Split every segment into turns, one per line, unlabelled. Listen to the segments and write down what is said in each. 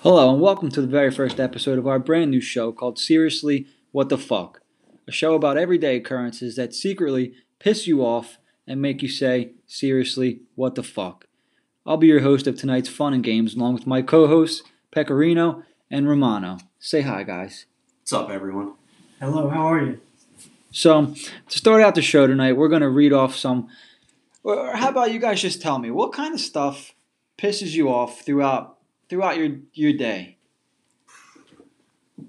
Hello, and welcome to the very first episode of our brand new show called Seriously What the Fuck? A show about everyday occurrences that secretly piss you off and make you say, Seriously, what the fuck? I'll be your host of tonight's fun and games along with my co hosts, Pecorino and Romano. Say hi, guys.
What's up, everyone?
Hello, how are you?
So, to start out the show tonight, we're going to read off some. Or how about you guys just tell me what kind of stuff pisses you off throughout throughout your your day?
I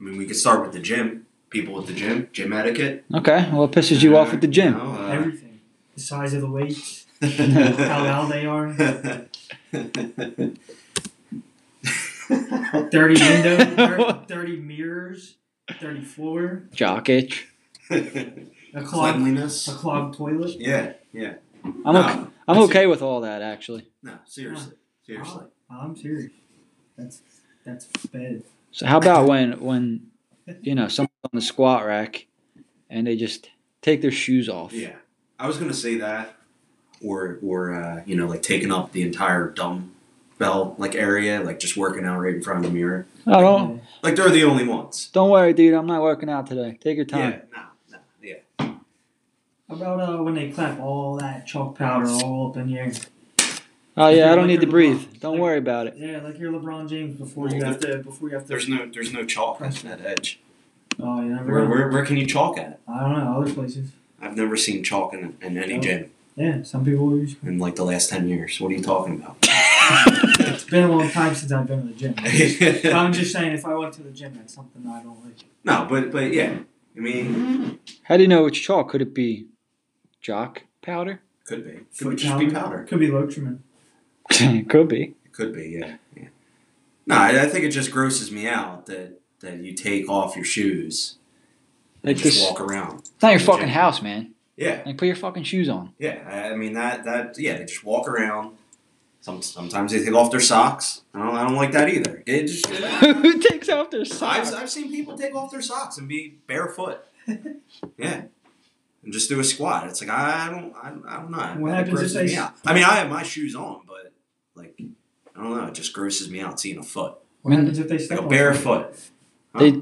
mean, we could start with the gym. People at the gym, gym etiquette. uh,
Okay, what pisses you off at the gym?
You
Everything. The size of the weights,
know, uh,
how loud they are, dirty window, dir- dirty mirrors, dirty floor,
Jock itch.
a clogged, a
Cleanliness.
clogged toilet.
Yeah, yeah.
I'm
No,
okay. I'm
that's
okay with all that actually.
No, seriously, seriously.
I'm serious. That's that's bad.
So how about when when you know someone's on the squat rack and they just take their shoes off?
Yeah, I was gonna say that, or or uh, you know, like taking up the entire dumbbell like area, like just working out right in front of the mirror.
Oh, don't
Like they're the only ones.
don't worry, dude. I'm not working out today. Take your time.
Yeah, no, no, yeah.
How about uh, when they clap all that chalk powder all up in here?
Oh yeah, I
Like
don't need to
your
breathe.
mom.
Don't
Like-
worry about it.
Yeah, like you're LeBron James before you have to before you have to.
There's no there's no chalk on that edge.
oh, you never
Where,
know.
where, where can you chalk at?
I don't know other places.
I've never seen chalk in, in any
No.
gym
Yeah, some people use.
in like the last ten years. What are you talking about?
It's been a long time since I've been to the gym. But I'm just saying, if I went to the gym, that's something I don't like.
no, but but yeah, I mean,
How do you know which chalk? Could it be jock powder?
could be, could
Foot
just be powder.
Could be Lotrimin.
Could be.
It could be, yeah, yeah. No, I, I think it just grosses me out that that you take off your shoes and
Like
just
this.
walk around.
It's not your
the
fucking
gym.
house, man.
Yeah,
Like put your fucking shoes on.
yeah. I, I mean that that yeah, they just walk around. Some, sometimes they take off their socks. I don't, I don't like that either. It just,
Who takes off their
I've,
socks?
I've seen people take off their socks and be barefoot. yeah. And just do a squat. It's like, I don't, I, don't- I don't know.
What
It
happens if
grosses
they
me
s-
out. I mean, I have my shoes on, but like, I don't know. It just grosses me out seeing a foot.
What
Man,
happens if they step
Like a
on
barefoot. Huh?
They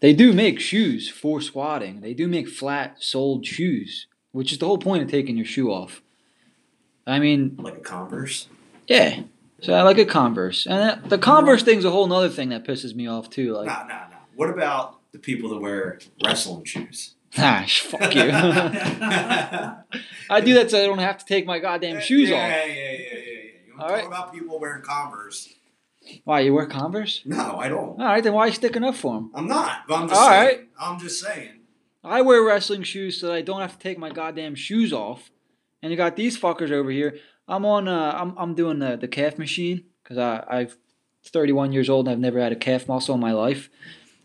they do make shoes for squatting. They do make flat soled shoes, which is the whole point of taking your shoe off. I mean,
like a Converse.
yeah. So I like a Converse, and that, the Converse thing's a whole nother thing that pisses me off too. Like,
Nah, nah, nah. What about the people that wear wrestling shoes?
ah, sh- fuck you. I
Damn
do that so I don't have to take my goddamn shoes
yeah,
off.
Yeah, yeah, yeah, yeah. You
All
want to
right.
talk about people wearing Converse?
Why you wear Converse?
No, I don't.
All right, then why are you sticking up for them?
I'm not. But I'm just
All
saying.
right.
I'm just saying.
I wear wrestling shoes so that I don't have to take my goddamn shoes off. And you got these fuckers over here. I'm on. Uh, I'm I'm doing the the calf machine because I I've 31 years old and I've never had a calf muscle in my life.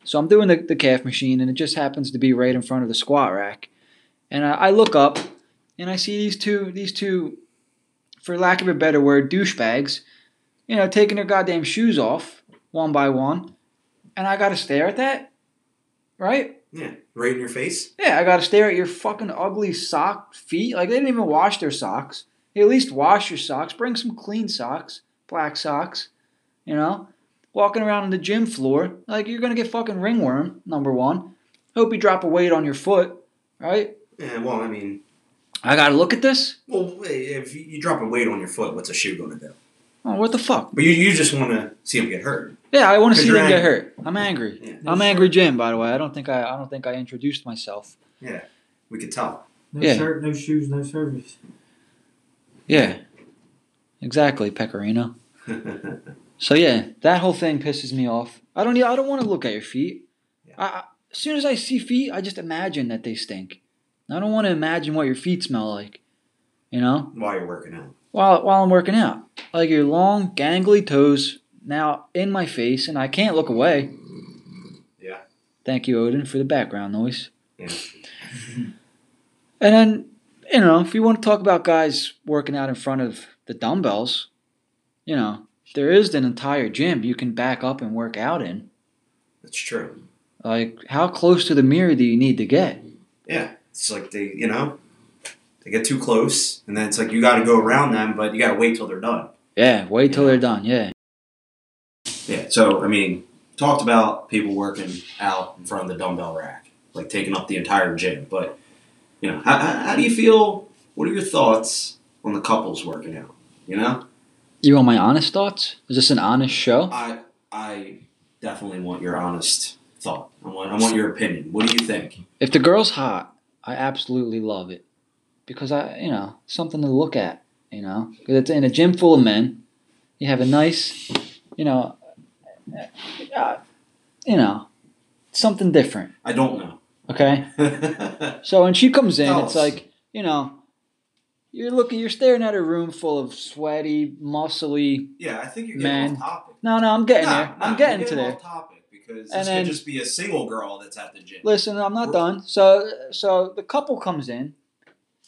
So I'm doing the, the calf machine and it just happens to be right in front of the squat rack. And I, I look up and I see these two these two, for lack of a better word, douchebags, you know, taking their goddamn shoes off one by one, and I got to stare at that, right?
Yeah. Right in your face.
Yeah, I gotta stare at your fucking ugly sock feet. Like they didn't even wash their socks. Hey, at least wash your socks. Bring some clean socks, black socks. You know, walking around on the gym floor, like you're gonna get fucking ringworm. Number one. Hope you drop a weight on your foot, right?
Yeah. Well, I mean,
I gotta look at this.
Well, if you- you drop a weight on your foot, what's a shoe going to do?
Oh, what the fuck?
But you, you just want to see him get hurt.
Yeah, I want to see them
Because you're
get hurt. I'm angry.
Yeah.
No
I'm
shirt-
angry, Jim. By the way, I don't think I, I don't think I introduced myself.
We could tell.
No
Yeah.
shirt, no shoes, no service.
Yeah, exactly, Pecorino.
yeah,
So yeah, that whole thing pisses me off. I don't. e, I don't want to look at your feet.
Yeah.
I, I, as soon as I see feet, I just imagine that they stink. I don't want to imagine what your feet smell like. You know,
while you're working out.
while while I'm working out, like your long gangly toes now in my face, and I can't look away.
Yeah.
Thank you, Odin, for the background noise.
Yeah.
and then you know, if you want to talk about guys working out in front of the dumbbells, you know, there is an entire gym you can back up and work out in.
That's true.
Like, how close to the mirror do you need to get?
Yeah. It's like they, you know, they get too close, and then it's like you got to go around them, but you got to wait till they're done.
Yeah, wait till they're done. Yeah.
Yeah. yeah, so I mean, talked about people working out in front of the dumbbell rack, like taking up the entire gym. But you know, how, how, how do you feel? What are your thoughts on the couples working out? You know,
You want my honest thoughts? Is this an honest show?
I I definitely want your honest thought. I want I want your opinion. What do you think?
If the girl's hot, I absolutely love it because I, you know, something to look at. You know, 'Cause it's in a gym full of men. You have a nice, you know, uh, you know, something different.
I don't know.
Okay. So when she comes in,
Tell
it's
us.
like you know, you're looking, you're staring at a room full of sweaty, muscly.
yeah, I think you're getting
Man.
off topic.
No, no, I'm getting
Nah,
there.
nah,
I'm
you're
getting to
off
there.
topic because
And
this
then-
could just be a single girl that's at the gym.
Listen, I'm not
We're-
done. So, so the couple comes in,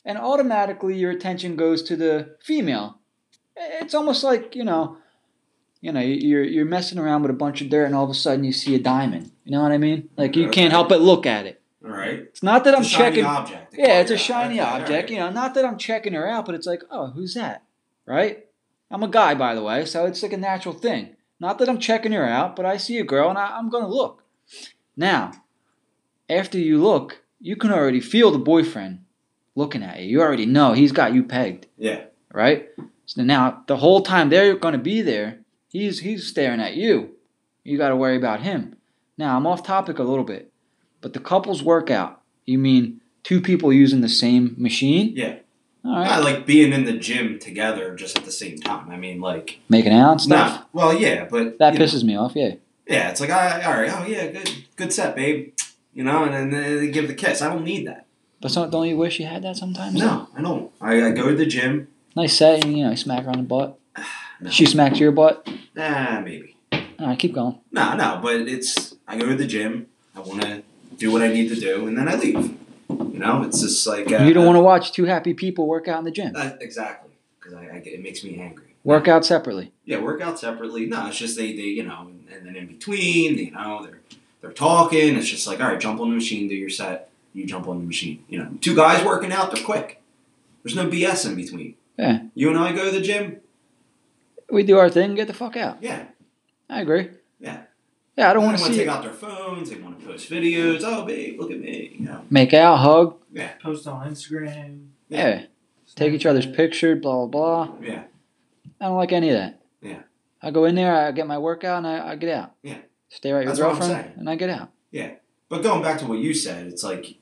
and automatically your attention goes to the female. It's almost like you know, you know, you're you're messing around with a bunch of dirt, and all of a sudden you see a diamond. You know what I mean? Like you
Okay.
can't help but look at it.
All right.
It's not that I'm
It's a shiny
checking.
object. They
Yeah,
call
it's
it
a
that.
shiny
Okay, all
object.
right.
You know, not that I'm checking her out, but it's like, oh, who's that? Right? I'm a guy, by the way, so it's like a natural thing. Not that I'm checking her out, but I see a girl and I, I'm going to look. Now, after you look, you can already feel the boyfriend looking at you. You already know he's got you pegged,
Yeah.
right? So now, the whole time they're going to be there, he's, he's staring at you. You got to worry about him. Now, I'm off topic a little bit, but the couple's workout, you mean two people using the same machine?
Yeah.
All
I
right.
like being in the gym together just at the same time. I mean, like,
Making out and stuff.
nah. Well, yeah, but
That
you know,
pisses me off, yeah.
yeah, it's like, all right, all right, oh yeah, good, good set, babe. You know, and then they- they give the kiss. I don't need that.
But so, don't you wish you had that sometimes?
No, I don't. I, I go to the gym.
Nice set, and you know, you smack her on the butt.
No.
She smacks your butt.
Nah, maybe.
All right, keep going.
No, no, but it's I go to the gym. I want to do what I need to do, and then I leave. You know, it's just like uh,
You don't want to watch two happy people work out in the gym.
uh, exactly because I, I get, it makes me angry.
Work out separately.
Yeah, work out separately. No, it's just they, they you know, and then in between, you know, they're they're talking. It's just like, all right, jump on the machine, do your set. You jump on the machine. You know, two guys working out, they're quick. There's no BS in between.
Yeah.
You and I go to the gym.
We do our thing, get the fuck out.
Yeah.
I agree.
Yeah.
Yeah, I don't
They
want to
wanna
see
take
you
out their phones. They want to post videos. Oh, babe, look at me. You know.
make out, hug.
Post on Instagram.
Yeah. Take each other's picture, blah, blah, blah.
Yeah.
I don't like any of that.
Yeah.
I go in there, I get my workout, and I, I get out.
Yeah.
Stare at your
That's what I'm
girlfriend,
saying.
and I get out.
But going back to what you said, it's like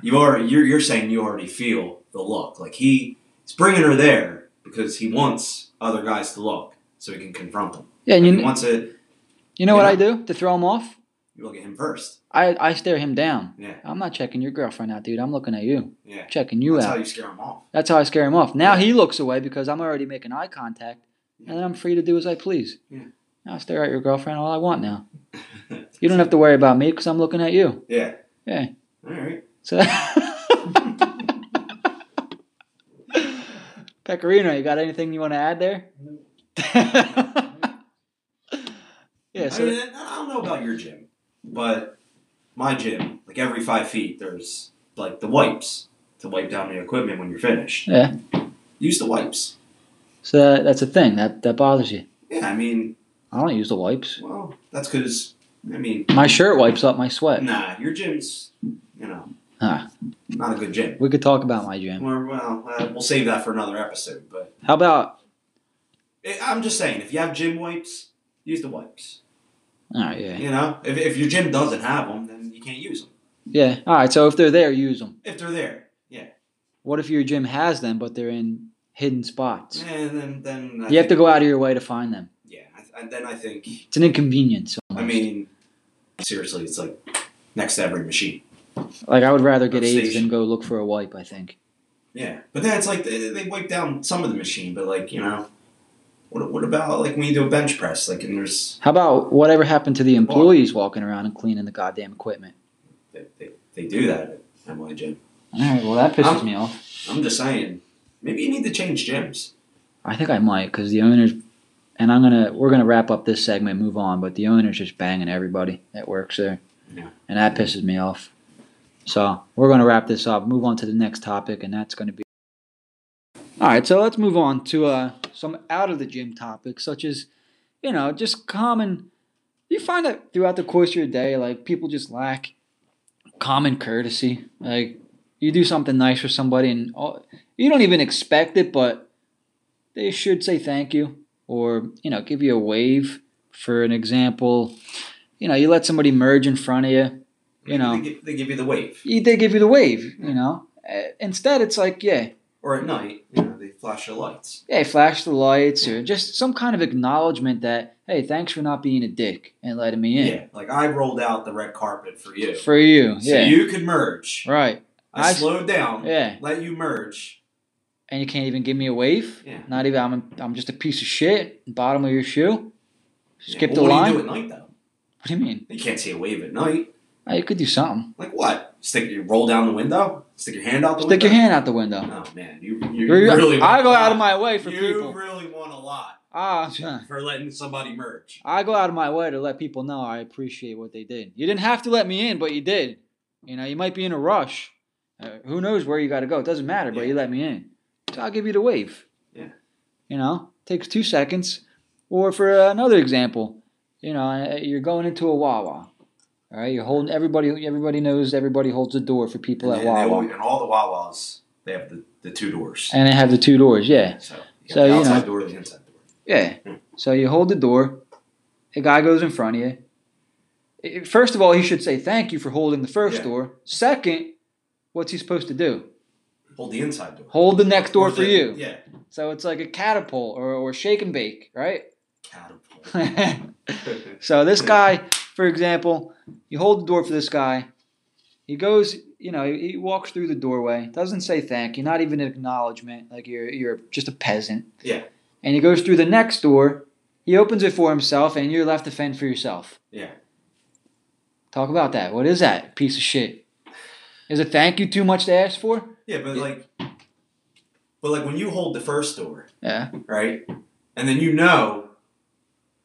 you are you're, you're saying you already feel the look. Like he he's bringing her there because he wants other guys to look so he can confront them.
Yeah, and
If
you,
he wants it,
You know what
Yeah.
I do to throw him off?
you look at him first.
I, I stare him down.
Yeah.
I'm not checking your girlfriend out, dude. I'm looking at you.
Yeah.
Checking you
That's
out.
how you scare him off.
That's how I scare him off. Now
Yeah.
he looks away because I'm already making eye contact, and then I'm free to do as I please.
Yeah.
Now I stare at your girlfriend all I want now. You don't have to worry about me because I'm looking at you.
yeah.
Yeah.
All right.
So. Pecorino, you got anything you want to add there?
No.
yeah.
I,
So
mean, I don't know about your gym, but my gym, like every five feet, there's like the wipes to wipe down the equipment when you're finished.
Yeah.
Use the wipes.
so that, that's a thing that that bothers you.
Yeah. I mean,
I don't use the wipes.
well, that's because I mean
My shirt wipes up my sweat.
Nah, your gym's, you know,
Huh.
not a good gym.
We could talk about my gym.
Well, well, uh, we'll save that for another episode. But
How about?
I- I'm just saying, if you have gym wipes, use the wipes.
All right, yeah,
You know, if, if your gym doesn't have them, then you can't use them
yeah. All right, so if they're there, use them.
if they're there. Yeah,
What if your gym has them, but they're in hidden spots?
and then then I
You have to
think-
go out of your way to find them.
Yeah, I, th- then I think
It's an inconvenience.
I
almost.
mean, seriously, it's like next to every machine.
like I would rather get
Upstation.
AIDS than go look for a wipe. I think.
Yeah, but then it's like they, they wipe down some of the machine, but like you know, what what about like when you do a bench press? Like and there's
How about whatever happened to the employees walking around and cleaning the goddamn equipment?
they, they, they do that at my gym.
All right, well that pisses
I'm-
me off.
I'm just saying, maybe you need to change gyms.
I think I might because the owners. And I'm gonna we're gonna wrap up this segment, move on. But the owner's just banging everybody that works there,
Yeah.
and that pisses me off. So we're gonna wrap this up, move on to the next topic, and that's gonna be. All right, so let's move on to uh, some out of the gym topics, such as you know, just common. You find that throughout the course of your day, like people just lack common courtesy. Like you do something nice for somebody, and all, you don't even expect it, but they should say thank you or you know give you a wave. For an example, you know, you let somebody merge in front of you. You know,
they give, they give you the wave.
you- they give you the wave. You know, Uh, instead it's like yeah,
Or at night, you know, they flash your lights.
yeah, flash the lights or just some kind of acknowledgement that hey, thanks for not being a dick and letting me in.
Like I rolled out the red carpet for you.
For you,
So
yeah,
you could merge.
right,
I,
I-
slowed down.
yeah,
Let you merge.
and you can't even give me a wave.
Yeah.
Not even I'm I'm just a piece of shit, bottom of your shoe. Skip
Yeah.
the
Well,
line.
What do you do at night though?
What do you mean?
You can't see a wave at night.
Oh, you could do something.
Like what? Stick you roll down the window. Stick your hand out the
Stick
window.
your hand out the window.
Oh man, you, you
You're-
really.
I go
want a
out of
lot.
my way for
you
people.
really want a lot
Ah, yeah.
for letting somebody merge.
I go out of my way to let people know I appreciate what they did. You didn't have to let me in, but you did. You know, you might be in a rush. Uh, who knows where you got to go? It doesn't matter, but
Yeah.
you let me in. So I'll give you the wave.
Yeah.
You know, takes two seconds. Or for another example, you know, uh, you're going into a Wawa. All right, you're holding everybody. Everybody knows everybody holds a door for people
and,
at
they- and they
Wawa,
always- and all the Wawas, they have the, the two doors.
and they have the two doors. Yeah.
So, you
So,
have
you
the
know.
outside door, the inside door.
Yeah.
Hmm.
So you hold the door. A guy goes in front of you. I- First of all, he should say thank you for holding the first
Yeah.
door. Second, what's he supposed to do?
Hold the inside door.
Hold the next door
Or
for
the-
you.
Yeah.
So it's like a catapult or, or shake and bake, right?
Catapult.
so this guy, for example, you hold the door for this guy. He goes, you know, he, he walks through the doorway. Doesn't say thank you, not even an acknowledgement. Like you're you're just a peasant.
Yeah.
And he goes through the next door. He opens it for himself, and you're left to fend for yourself.
Yeah.
Talk about that. What is that piece of shit? Is a thank you too much to ask for?
Yeah, but
Yeah.
like, but like when you hold the first door,
Yeah.
right, and then you know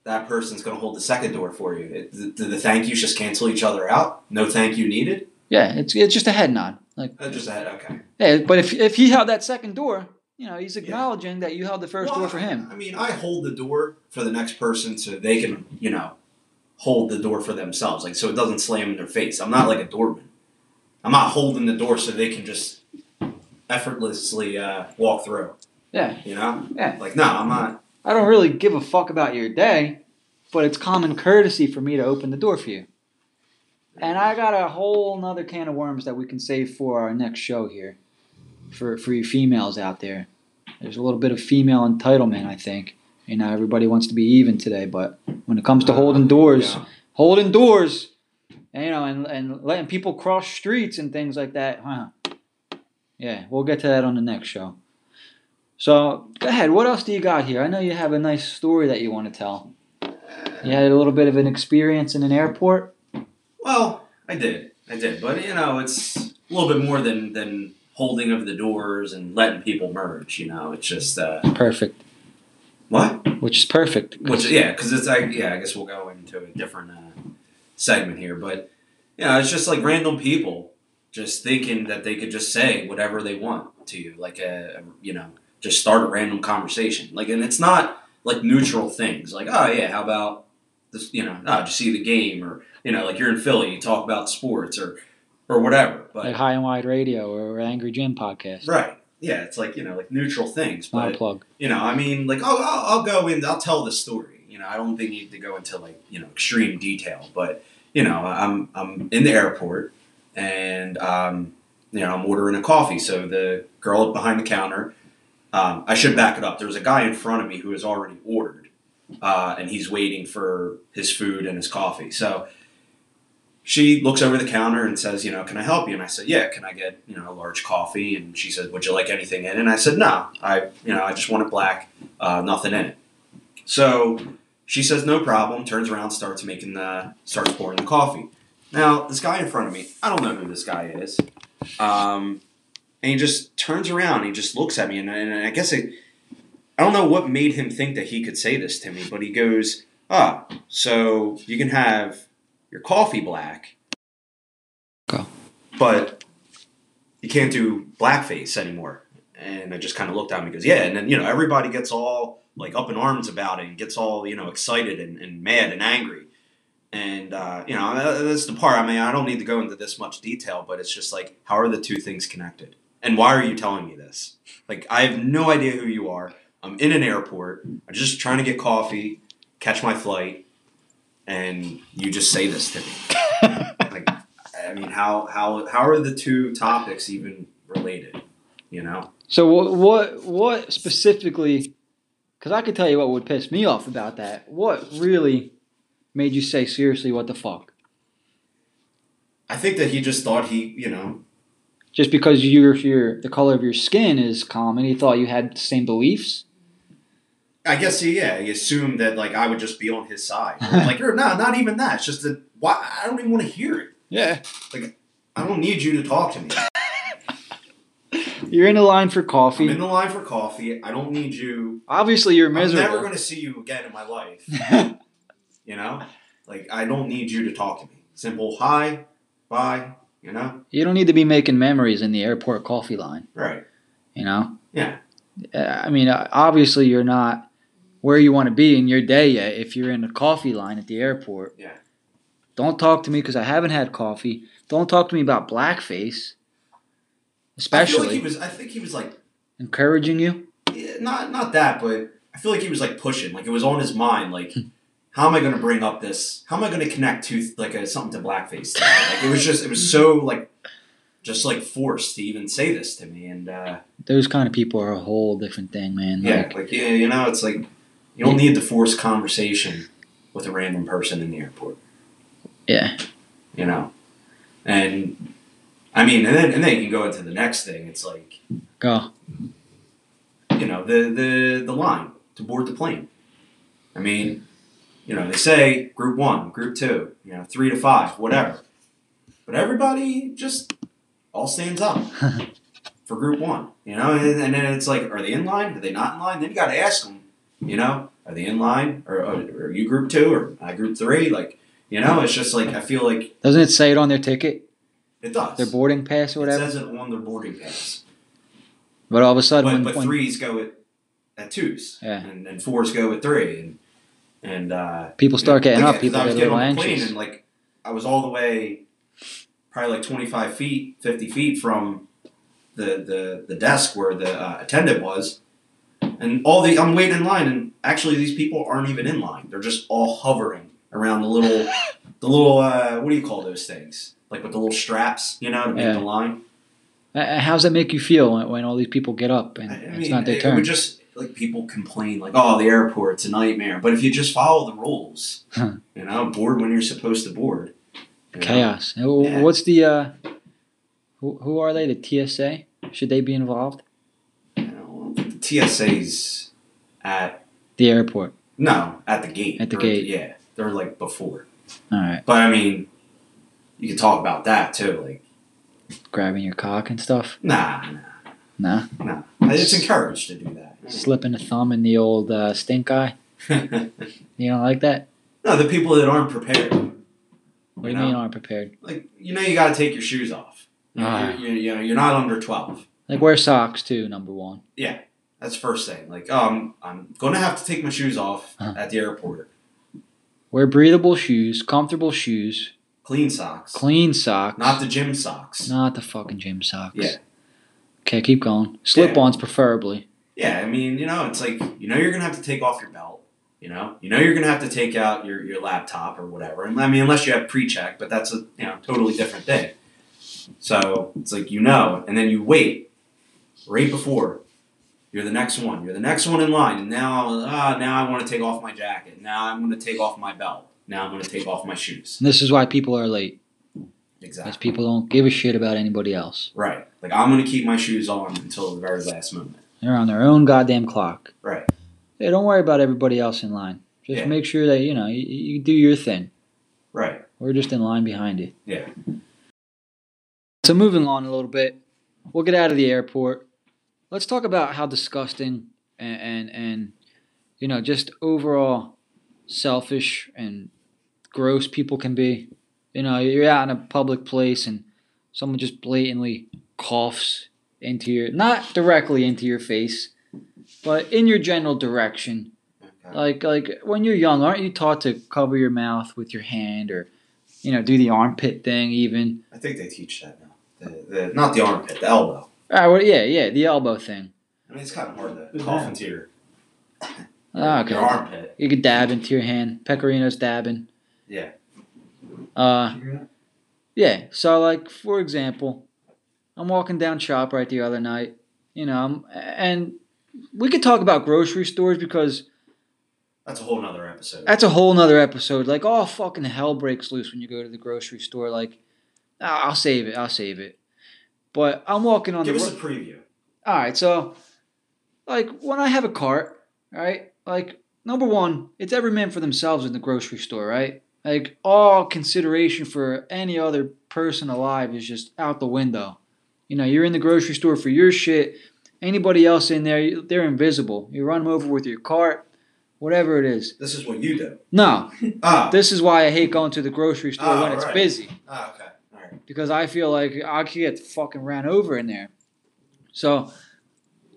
that person's going to hold the second door for you. It, the, the, thank yous just cancel each other out. No thank you needed.
Yeah. It's it's just a head nod. Like,
I just said okay.
hey, but if if he held that second door, you know, he's
Yeah.
acknowledging that you held the first
Well,
door for him.
I mean, I hold the door for the next person so they can, you know, hold the door for themselves. Like so it doesn't slam in their face. I'm not like a doorman. I'm not holding the door so they can just effortlessly uh, walk through.
Yeah.
You know?
Yeah.
Like no, I'm not.
I don't really give a fuck about your day, but it's common courtesy for me to open the door for you. And I got a whole nother can of worms that we can save for our next show here. For for you females out there. There's a little bit of female entitlement, I think. You know, everybody wants to be even today, but when it comes to holding doors,
Yeah.
holding doors, and, you know, and, and letting people cross streets and things like that, huh? Yeah, we'll get to that on the next show. So go ahead. What else do you got here? I know you have a nice story that you want to tell. You had a little bit of an experience in an airport.
Well, I did. I did. But you know, it's a little bit more than than holding of the doors and letting people merge, you know. It's just uh
Perfect,
what?
which is perfect.
Which yeah, cuz it's like yeah, I guess we'll go into a different uh segment here, but you know, it's just like random people just thinking that they could just say whatever they want to you, like a you know, just start a random conversation. Like and it's not like neutral things. Like, oh yeah, how about this, you know, oh, did you see the game or you know, like you're in Philly, you talk about sports or or whatever. But
like High and Wide Radio or Angry Jim podcast.
Right. Yeah, it's like you know, like neutral things,
Not a
but
plug.
you know, I mean, like I'll, I'll, I'll go in, I'll tell the story. You know, I don't think you need to go into like you know extreme detail, but you know, I'm I'm in the airport and um, you know I'm ordering a coffee. So the girl behind the counter, um, I should back it up. There was a guy in front of me who has already ordered, uh, and he's waiting for his food and his coffee. So she looks over the counter and says, you know, can I help you? And I said, yeah, can I get, you know, a large coffee? And she said, would you like anything in it? And I said, no, I, you know, I just want it black, uh, nothing in it. So she says, no problem, turns around, starts making the, starts pouring the coffee. Now, this guy in front of me, I don't know who this guy is. Um, and he just turns around, he just looks at me, and, and I guess it, I don't know what made him think that he could say this to me, but he goes, ah, so you can have your coffee black.
Go.
But you can't do blackface anymore. And I just kind of looked at him and goes, yeah. And then, you know, everybody gets all like up in arms about it and gets all you know excited and, and mad and angry. And uh, you know that- that's the part. I mean, I don't need to go into this much detail, but it's just like how are the two things connected? And why are you telling me this? Like I have no idea who you are. I'm in an airport. I'm just trying to get coffee, catch my flight, and you just say this to me. like I mean, how how how are the two topics even related? You know?
So what what what specifically? Because I could tell you what would piss me off about that. What really made you say seriously? What the fuck?
I think that he just thought he, you know,
Just because your your the color of your skin is common, he thought you had the same beliefs.
I guess he, yeah, he assumed that like I would just be on his side. like, or no, not even that. It's just that why I don't even want to hear it.
Yeah,
I don't need you to talk to me.
you're in a line for
I'm
coffee.
in the line for coffee. I don't need you.
Obviously, you're
I'm never
miserable.
going to see you again in my life. You know, like I don't need you to talk to me. Simple hi, bye. You know,
you don't need to be making memories in the airport coffee line.
right?
You know.
Yeah.
Uh, I mean, uh, obviously, you're not where you want to be in your day yet. If you're in the coffee line at the airport.
Yeah.
Don't talk to me because I haven't had coffee. Don't talk to me about blackface.
I feel like
Especially
he was. I think he was like.
encouraging you.
Yeah, not not that, but I feel like he was like pushing, like it was on his mind, like how am I going to bring up this? How am I going to connect to like a, something to blackface? today? Like it was just it was so like just like forced to even say this to me, and uh,
Those kind of people are a whole different thing, man.
yeah,
Like,
like yeah, you know, it's like you don't need to force conversation with a random person in the airport.
Yeah.
you know, and I mean, and then and then you can go into the next thing. It's like
go.
you know the the the line to board the plane. I mean, you know they say group one, group two, you know three to five, whatever. But everybody just all stands up for group one, you know, and, and then it's like, are they in line? Are they not in line? Then you got to ask them, you know, are they in line? Or, or, are you group two or I group three? Like, you know, it's just like I feel like
Doesn't it say it on their ticket,
it does.
their boarding pass or
It
whatever?
says it on their boarding pass.
But all of a sudden,
but,
when,
but
when-
threes go at, at twos,
Yeah.
and, and fours go at three, and and uh,
people start
yeah,
getting up,
because
people
I
get
was
a little
on the plane
anxious.
and like I was all the way, probably like twenty five feet, fifty feet from the the, the desk where the uh, attendant was, and all the I'm waiting in line, and actually these people aren't even in line; they're just all hovering around the little the little uh, what do you call those things? Like with the little straps, you know, to make
Yeah.
the line.
Uh, How's that make you feel when, when all these people get up and
I I
it's
mean,
not their
it would
turn?
just like people complain, like, "Oh, the airport's a nightmare." But if you just follow the rules,
Huh.
you know, board when you're supposed to board. you know?
Chaos. And wh-
Yeah.
What's the? Uh, who, who are they? The TSA? Should they be involved?
You know, the TSA's at
The airport.
no at the gate.
At the
Or-
gate.
yeah, they're like before.
All right,
But I mean, you can talk about that too. Like,
grabbing your cock and stuff.
nah, nah,
Nah.
it's encouraged to do that.
slipping a thumb in the old uh, stink eye. You don't like that?
no, the people that aren't prepared.
What do
you
you
know?
mean aren't prepared?
Like, you know, you got to take your shoes off. You-
Ah.
you- you know, you're not under twelve.
Like wear socks too, number one.
That's the first thing. Like, um, I'm gonna have to take my shoes off
Uh-huh.
at the airport.
Wear breathable shoes, comfortable shoes,
Clean socks,
clean socks.
not the gym socks.
not the fucking gym socks.
Yeah.
Okay, keep going. Slip ons preferably.
Yeah, I mean, you know, it's like you know you're gonna have to take off your belt. You know, you know you're gonna have to take out your, your laptop or whatever. And I mean, unless you have pre-check, but that's a you know totally different thing. So it's like you know, and then you wait right before. You're the next one. You're the next one in line. And now, uh, now I want to take off my jacket. Now I'm going to take off my belt. Now I'm going to take off my shoes.
And this is why people are late,
Exactly.
because people don't give a shit about anybody else.
Right. Like I'm gonna keep my shoes on until the very last moment.
They're on their own goddamn clock.
Right.
Hey, don't worry about everybody else in line. Just
Yeah.
make sure that you know you, you do your thing.
Right.
We're just in line behind you.
Yeah.
So moving on a little bit, we'll get out of the airport. Let's talk about how disgusting and and, and you know just overall selfish and gross people can be. You know, you're out in a public place and someone just blatantly coughs into your not directly into your face, But in your general direction,
Okay.
like like when you're young, aren't you taught to cover your mouth with your hand or you know, do the armpit thing even?
I think they teach that now. The, the, not the armpit, the elbow.
Ah, well, yeah, yeah, the elbow thing.
I mean, it's kind of hard to
Yeah.
cough into your,
Ah,
your
okay.
armpit.
You could dab into your hand. Pecorino's dabbing.
Yeah.
Uh
You hear that?
Yeah. So, like, for example, I'm walking down ShopRite the other night, you know, I'm- and we could talk about grocery stores because
That's a whole nother episode.
that's a whole nother episode. Like, all fucking hell breaks loose when you go to the grocery store. Like, ah, I'll save it. I'll save it. But I'm walking on
Give
the.
us
ro-
a preview.
all right. So, like, when I have a cart, right? Like, number one, it's every man for themselves in the grocery store, right? Like, all consideration for any other person alive is just out the window. You know, you're in the grocery store for your shit. Anybody else in there, you- they're invisible. You run them over with your cart, whatever it is.
This is what you do.
No,
Ah,
this is why I hate going to the grocery store
Ah,
when it's
right.
busy
ah okay. All right.
because I feel like I could get fucking ran over in there. So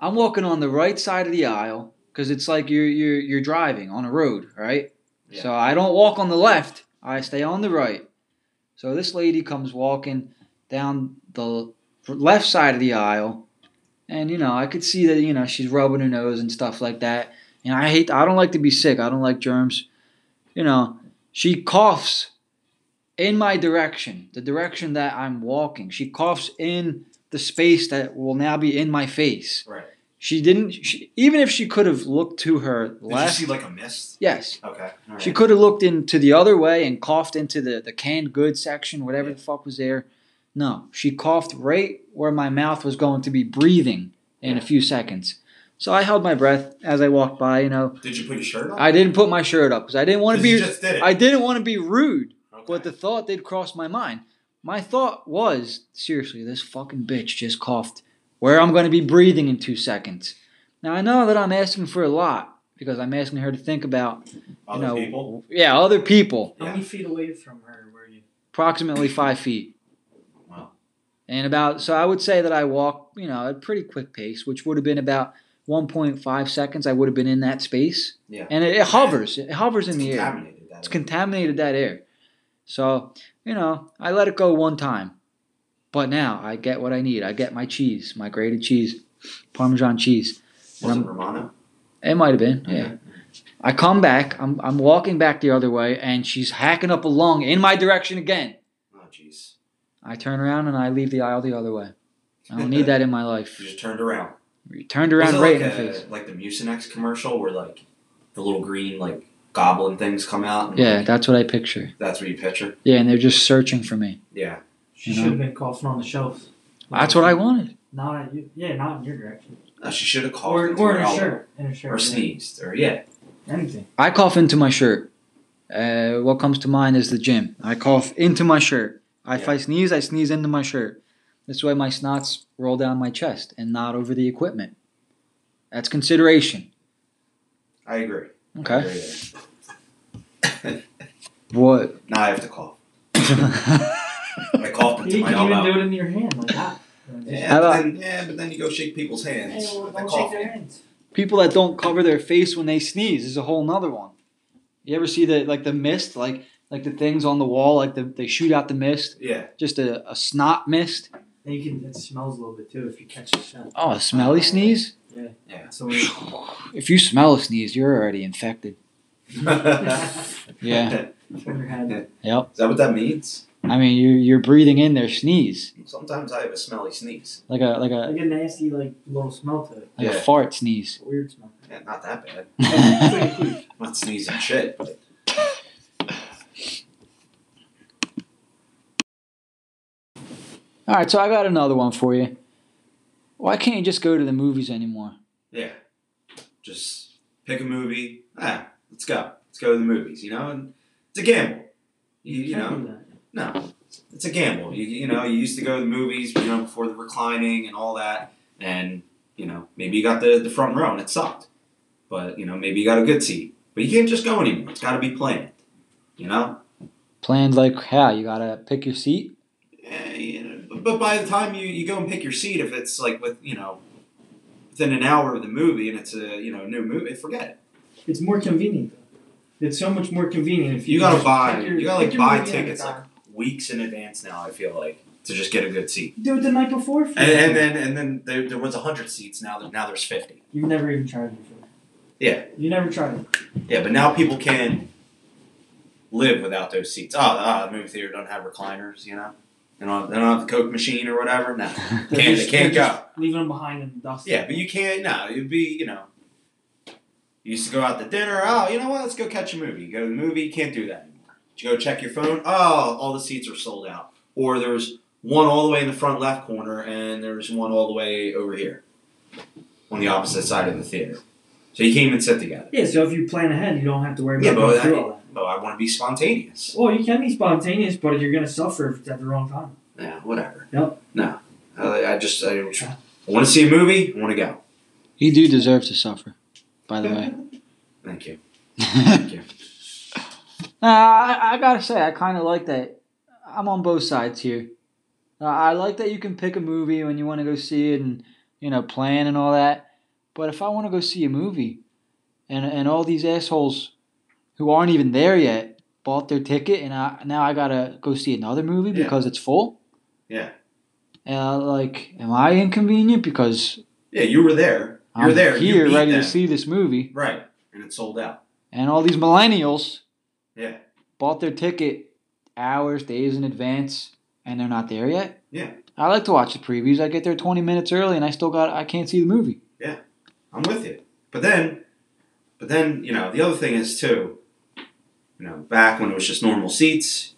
I'm walking on the right side of the aisle because it's like you're you're you're driving on a road, right?
Yeah.
So I don't walk on the left. I stay on the right. So this lady comes walking down the left side of the aisle, and you know I could see that you know she's rubbing her nose and stuff like that. And I hate I don't like to be sick. I don't like germs. You know she coughs in my direction, the direction that I'm walking. She coughs in the space that will now be in my face.
Right.
She didn't. She, even if she could have looked to her
Did
left,
you see like a mist?
yes,
Okay. All right.
she could have looked into the other way and coughed into the the canned goods section, whatever the fuck was there. No, she coughed right where my mouth was going to be breathing in a few seconds. So I held my breath as I walked by. You know,
Did you put your shirt on?
I didn't put my shirt up because I didn't want to
'Cause you
be.
just did it.
I didn't want to be rude.
Okay.
But the thought did cross my mind. My thought was, seriously, this fucking bitch just coughed where I'm going to be breathing in two seconds. Now, I know that I'm asking for a lot because I'm asking her to think about,
Other
you know,
people?
yeah, other people,
How many feet away from her were you?
approximately five feet.
Wow.
And about, so I would say that I walked, you know, at a pretty quick pace, which would have been about 1.5 seconds. I would have been in that space.
Yeah.
And it, it hovers, it hovers in
It's
the air.
contaminated. That
It's
is.
contaminated that air. So, you know, I let it go one time. But now I get what I need. I get my cheese, my grated cheese, Parmesan cheese.
Was it Romano?
It might have been, um, yeah. I come back, I'm, I'm walking back the other way, and she's hacking up a lung in my direction again.
Oh, jeez.
I turn around and I leave the aisle the other way. I don't need that in my
You
life.
just turned around.
Turned around
Was it
right
like,
in the
a-
face.
like the Mucinex commercial where like the little green like goblin things come out. And,
Yeah,
like,
that's what I picture.
that's what you picture.
Yeah, and they're just searching for me.
Yeah.
She
You know?
should have been coughing on the shelf.
That's what I wanted.
Not at you. Yeah, not in your direction.
Uh, she should have called.
Or, or in a shirt. In a shirt.
Or
yeah.
sneezed. Or yeah.
Anything.
I cough into my shirt. Uh, what comes to mind is the gym. I cough into my shirt. I- If I sneeze, I sneeze into my shirt. This way, my snots roll down my chest and not over the equipment. That's consideration.
I agree. I
Okay.
agree there.
What?
Now I have to cough.
I
I cough into
You
my
can even
elbow.
do it in your hand like that.
Yeah,
How
but
about-
then, yeah, but then you go shake people's hands.
Hey, well,
with the
don't
cough.
shake their hands.
people that don't cover their face when they sneeze is a whole nother one. You ever see the like the mist, like like the things on the wall, like the, they shoot out the mist,
Yeah.
just a, a snot mist.
And you can, it smells a little bit too if you catch the scent.
Oh, a smelly sneeze.
Yeah.
So when you-
If you smell a sneeze, you're already infected. Yeah.
when your hand-
Is that what that means?
I mean, you're you're breathing in their sneeze,
Sometimes I have a smelly sneeze.
like a like a
Like a nasty, like little smell to it.
like a
Yeah.
fart sneeze.
It's a weird smell.
Yeah, not that bad.
It's like a queef.
I'm not sneezing shit. but-
All right, so I got another one for you. Why can't you just go to the movies anymore?
Yeah. Just pick a movie. Ah, let's go. Let's go to the movies. You know, and it's a gamble. You, you know,
Can't do that.
no, it's a gamble. You, you know, you used to go to the movies, you know, before the reclining and all that, and you know, maybe you got the the front row and it sucked, but you know, maybe you got a good seat. But you can't just go anymore. It's got to be planned. You know.
Planned like how you gotta pick your seat.
Eh, you know, but by the time you, you go and pick your seat, if it's like with you know within an hour of the movie and it's a you know new movie, forget it.
It's more convenient though. It's so much more convenient if you,
You gotta
just
buy-
pick your-
you gotta, like,
pick your
buy
movie at a
tickets,
time.
Weeks in advance now, I feel like to just get a good seat.
Do it the night before. if you
And,
want.
and then and then there, there was hundred seats. Now there, now there's fifty.
You've never even tried it before.
Yeah.
You never tried it.
Yeah, but now people can live without those seats. Oh, ah, the movie theater don't have recliners. You know, they don't have, they don't have the Coke machine or whatever. No, can't,
They're
they
just-
can't
they're
go.
just Leaving them behind in the dust.
Yeah, but you can't. No, it'd be you know. You used to go out to dinner. Oh, you know what? Let's go catch a movie. You go to the movie. You can't do that anymore. You go check your phone. Oh, all the seats are sold out. Or there's one all the way in the front left corner, and there's one all the way over here, on the opposite side of the theater. So you can't even sit together.
Yeah, so if you plan ahead, you don't have to worry about
Yeah,
going
but I,
through all that.
but I want to be spontaneous.
Well, you can be spontaneous, but you're gonna suffer if it's at the wrong time.
Yeah, whatever.
Yep.
No, I, I just I, want to see a movie. I want to go.
You do deserve to suffer, by the way.
Thank you.
nah,
Thank you.
I, I gotta say, I kind of like that. I'm on both sides here. Uh, I like that you can pick a movie when you want to go see it and, you know, plan and all that. But if I want to go see a movie and, and all these assholes who aren't even there yet bought their ticket and I, now I gotta go see another movie
Yeah.
because it's full?
Yeah.
Uh, like, am I inconvenient because
Yeah, you were there. You're
I'm
there.
here
you beat
ready
them.
to see this movie?
Right. And it sold out.
And all these millennials,
Yeah.
bought their ticket hours, days in advance, and they're not there yet.
Yeah.
I like to watch the previews. I get there twenty minutes early, and I still got I can't see the movie.
I'm with you. But then, but then, you know, the other thing is too, you know, back when it was just normal seats,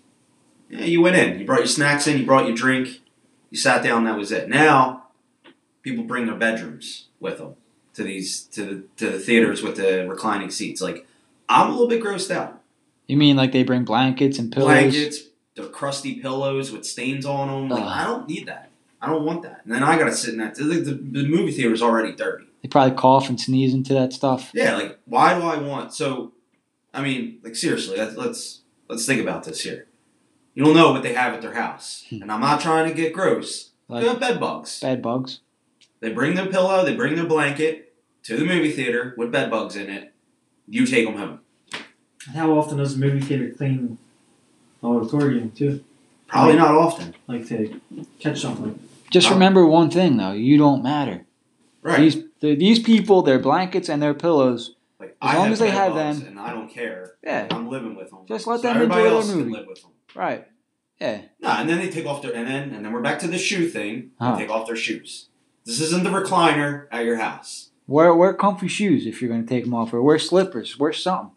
yeah, you went in, you brought your snacks in, you brought your drink, you sat down, that was it. Now, people bring their bedrooms with them to these to the to the theaters with the reclining seats. Like, I'm a little bit grossed out.
You mean like they bring blankets and pillows?
Blankets, the crusty pillows with stains on them. Like,
Ugh.
I don't need that. I don't want that. And then I gotta sit in that. The, the, the movie theater is already dirty.
They probably cough and sneeze into that stuff.
Yeah, like why do I want? So, I mean, like seriously, let's let's, let's think about this here. You don't know what they have at their house, and I'm not trying to get gross. they
Hmm. Like
have bed bugs.
bad bugs.
They bring their pillow, they bring their blanket to the movie theater with bed bugs in it. You take them home.
And how often does a movie theater clean the auditorium too?
Probably not often,
Like to catch something.
Just
Oh.
remember one thing though: you don't matter.
right?
These the, these people, their blankets and their pillows.
like,
as long as they
bed
have
bugs
them-
and I don't care.
Yeah,
I'm living with them.
Just let
so
them
everybody
enjoy their
else can
movie.
live with them.
right. Yeah,
Nah, and then they take off their and then and then we're back to the shoe thing. They
Huh.
Take off their shoes. This isn't the recliner at your house.
wear wear comfy shoes if you're gonna take them off, or wear slippers, wear something.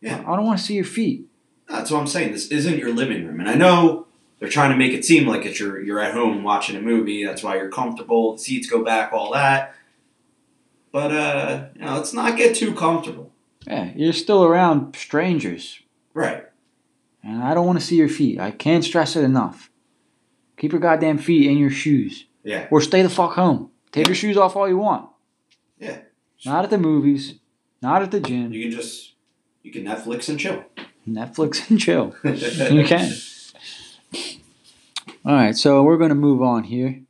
Yeah.
I don't want to see your feet.
That's what I'm saying. This isn't your living room, and I know they're trying to make it seem like it's your you're at home watching a movie. That's why you're comfortable. The seats go back, all that. But uh, you know, let's not get too comfortable,
Yeah, you're still around strangers.
right?
And I don't want to see your feet. I can't stress it enough. Keep your goddamn feet in your shoes.
Yeah.
Or stay the fuck home. Take your shoes off all you want.
Yeah.
Not at the movies, not at the gym.
You can just you can Netflix and chill.
Netflix and chill. You can. All right, so we're going to move on here.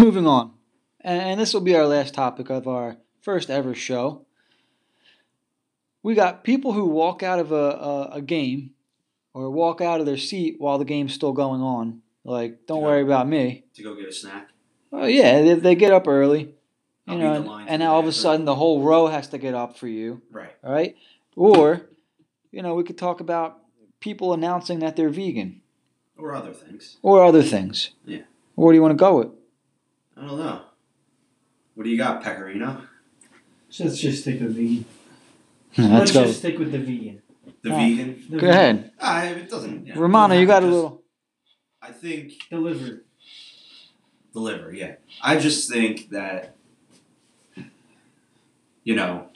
Moving on. And and this will be our last topic of our first ever show. We got people who walk out of a, a, a game or walk out of their seat while the game's still going on. Like, don't worry about me.
to go get a snack.
Oh, yeah, they, they get up early. You
I'll beat
know,
the
and-
line to
and
the
now all of a
bathroom.
sudden the whole row has to get up for you.
Right.
All right. Or, you know, we could talk about people announcing that they're vegan
Or other things.
or other things.
Yeah.
Where do you want to go with?
I don't know. What do you got, Pecorino?
So let's just stick with vegan.
Let's
let's
go.
just stick with the vegan.
The
Ah.
vegan.
The
Go ahead.
I, it doesn't. You know,
Romano,
doesn't
you got
have
a
to just-
little.
I think
Delivered.
the liver yeah i just think that you know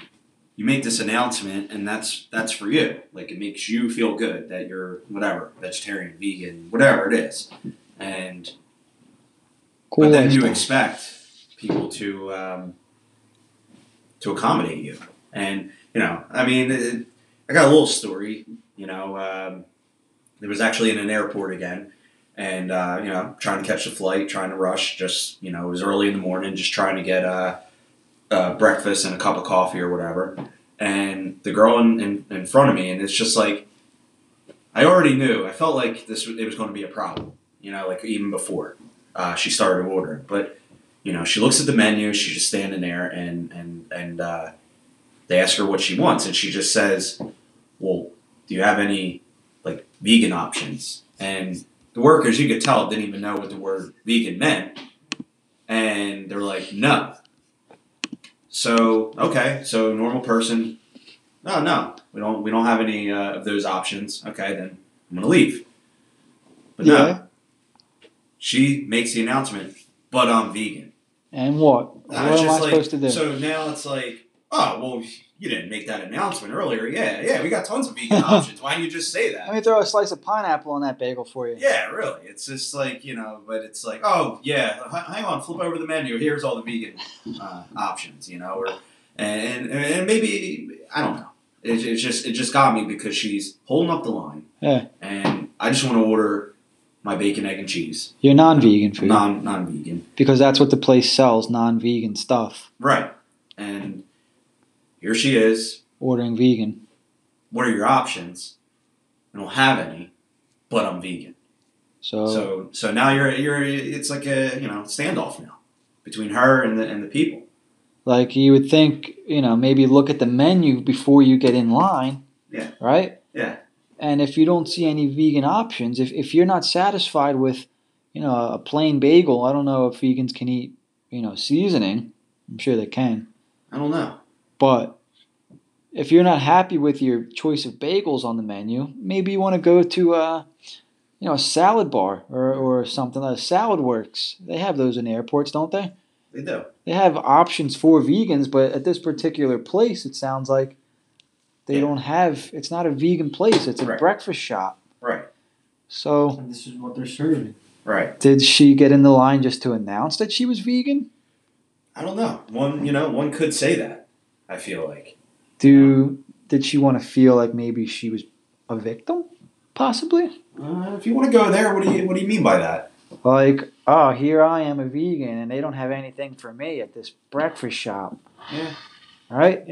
you make this announcement and that's that's for you like it makes you feel good that you're whatever vegetarian vegan whatever it is and
Cool.
but then you
lifestyle.
expect people to um, to accommodate you and you know i mean uh, it, i got a little story you know um, there was actually in an airport again and uh, you know trying to catch the flight, trying to rush. Just you know, it was early in the morning, just trying to get uh, uh, breakfast and a cup of coffee or whatever. And the girl in, in, in front of me, and it's just like I already knew. I felt like this it was going to be a problem. You know, like even before uh, she started ordering, but you know, she looks at the menu. She's just standing there, and and and uh, they ask her what she wants, and she just says, "Well, do you have any like vegan options?" And the workers, you could tell, didn't even know what the word vegan meant, and they're like, "No." So okay, so normal person, no, no, we don't, we don't have any uh, of those options. Okay, then I'm gonna leave. But no,
Yeah.
she makes the announcement, but I'm vegan.
And what?
Uh,
what
it's
am I
just like-
supposed to do?
So now it's like, oh, well, you didn't make that announcement earlier. Yeah, yeah, we got tons of vegan options. Why didn't you just say
Let
that?
me throw a slice of pineapple on that bagel for you.
Yeah, really. It's just like, you know, but it's like, oh, yeah, h- hang on, flip over the menu. Here's all the vegan uh, options, you know, or, and, and, and maybe, I don't know. It, it just it just got me because she's holding up the line,
Yeah.
and I just want to order my bacon, egg, and cheese,
Your non-vegan food,
non non vegan,
because that's what the place sells: non-vegan stuff.
right? And here she is,
Ordering vegan.
what are your options? I don't have any, but I'm vegan.
So,
So so now you're you're it's like a you know standoff now between her and the and the people.
like, you would think, you know, maybe look at the menu before you get in line.
Yeah.
Right.
Yeah.
And if you don't see any vegan options, if if you're not satisfied with, you know, a plain bagel, I don't know if vegans can eat, you know, seasoning. I'm sure they can.
I don't know.
But if you're not happy with your choice of bagels on the menu, maybe you want to go to a, you know, a salad bar or, or something like Salad Works. They have those in airports, don't they?
They do.
They have options for vegans, but at this particular place, it sounds like they
Yeah.
don't have. It's not a vegan place. It's a
Right.
breakfast shop.
Right.
So
And this is what they're serving.
Right.
did she get in the line just to announce that she was vegan?
I don't know. One you know one could say that. I feel like
Do did she want to feel like maybe she was a victim, possibly?
uh, if you want to go there, what do you what do you mean by that?
like oh here i am a vegan and they don't have anything for me at this breakfast shop
Yeah.
right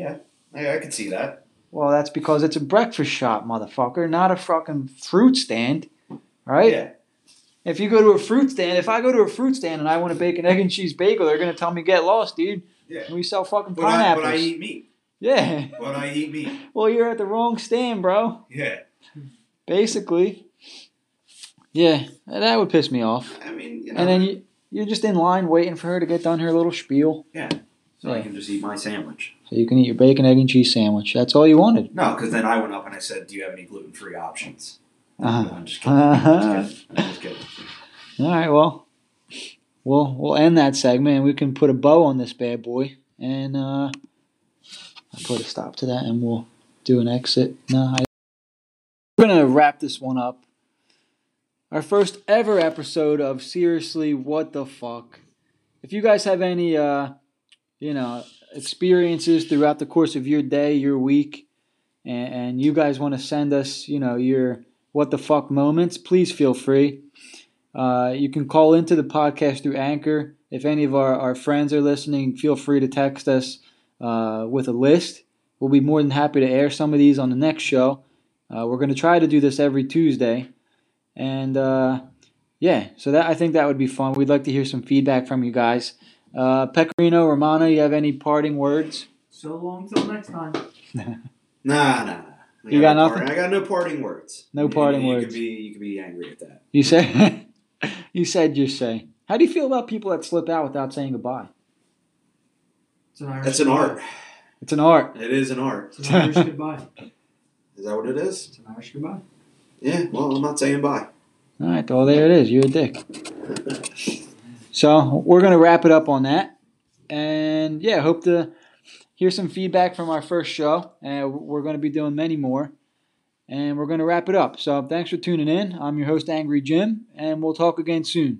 I, I could see that.
well that's because it's a breakfast shop motherfucker not a fucking fruit stand right
Yeah.
if you go to a fruit stand if i go to a fruit stand and i want a bacon egg and cheese bagel they're gonna tell me get lost dude
Yeah.
we sell fucking
But I,
pineapples
but I eat meat.
yeah
But I eat meat.
well you're at the wrong stand bro
Yeah.
basically yeah that would piss me off
I mean, you know.
and then you, you're just in line waiting for her to get done her little spiel
so I can just eat my sandwich.
So you can eat your bacon, egg, and cheese sandwich. That's all you wanted.
No, because then I went up and I said, "Do you have any gluten free options?" No,
Uh-huh.
I'm just kidding.
Uh-huh.
I'm just kidding.
All right, well, we'll we'll end that segment and we can put a bow on this bad boy and uh, I'll put a stop to that and we'll do an exit. No, I, we're gonna wrap this one up. Our first ever episode of seriously, what the fuck? If you guys have any, uh, you know, experiences throughout the course of your day, your week, and, and you guys want to send us, you know, your what the fuck moments, please feel free. Uh, you can call into the podcast through Anchor. If any of our, our friends are listening, feel free to text us uh, with a list. We'll be more than happy to air some of these on the next show. Uh, we're going to try to do this every Tuesday. And uh, yeah, so that I think that would be fun. We'd like to hear some feedback from you guys. Uh, Pecorino, Romano, you have any parting words?
So long till next time.
Nah, nah. I
You got
no
nothing?
parting- I got no parting words.
No parting
you, you
words.
Could be, you could be angry at that.
You say, you said you say. How do you feel about people that slip out without saying goodbye?
It's an Irish
That's an
goodbye.
art.
It's an art.
It is an art.
It's an Irish goodbye.
Is that what it is?
It's an Irish goodbye.
Yeah. Well, I'm not saying bye.
All right, well, there it is. You're a dick. So we're gonna wrap it up on that, and yeah, hope to hear some feedback from our first show, and we're gonna be doing many more, and we're gonna wrap it up. So thanks for tuning in. I'm your host, Angry Jim, and we'll talk again soon.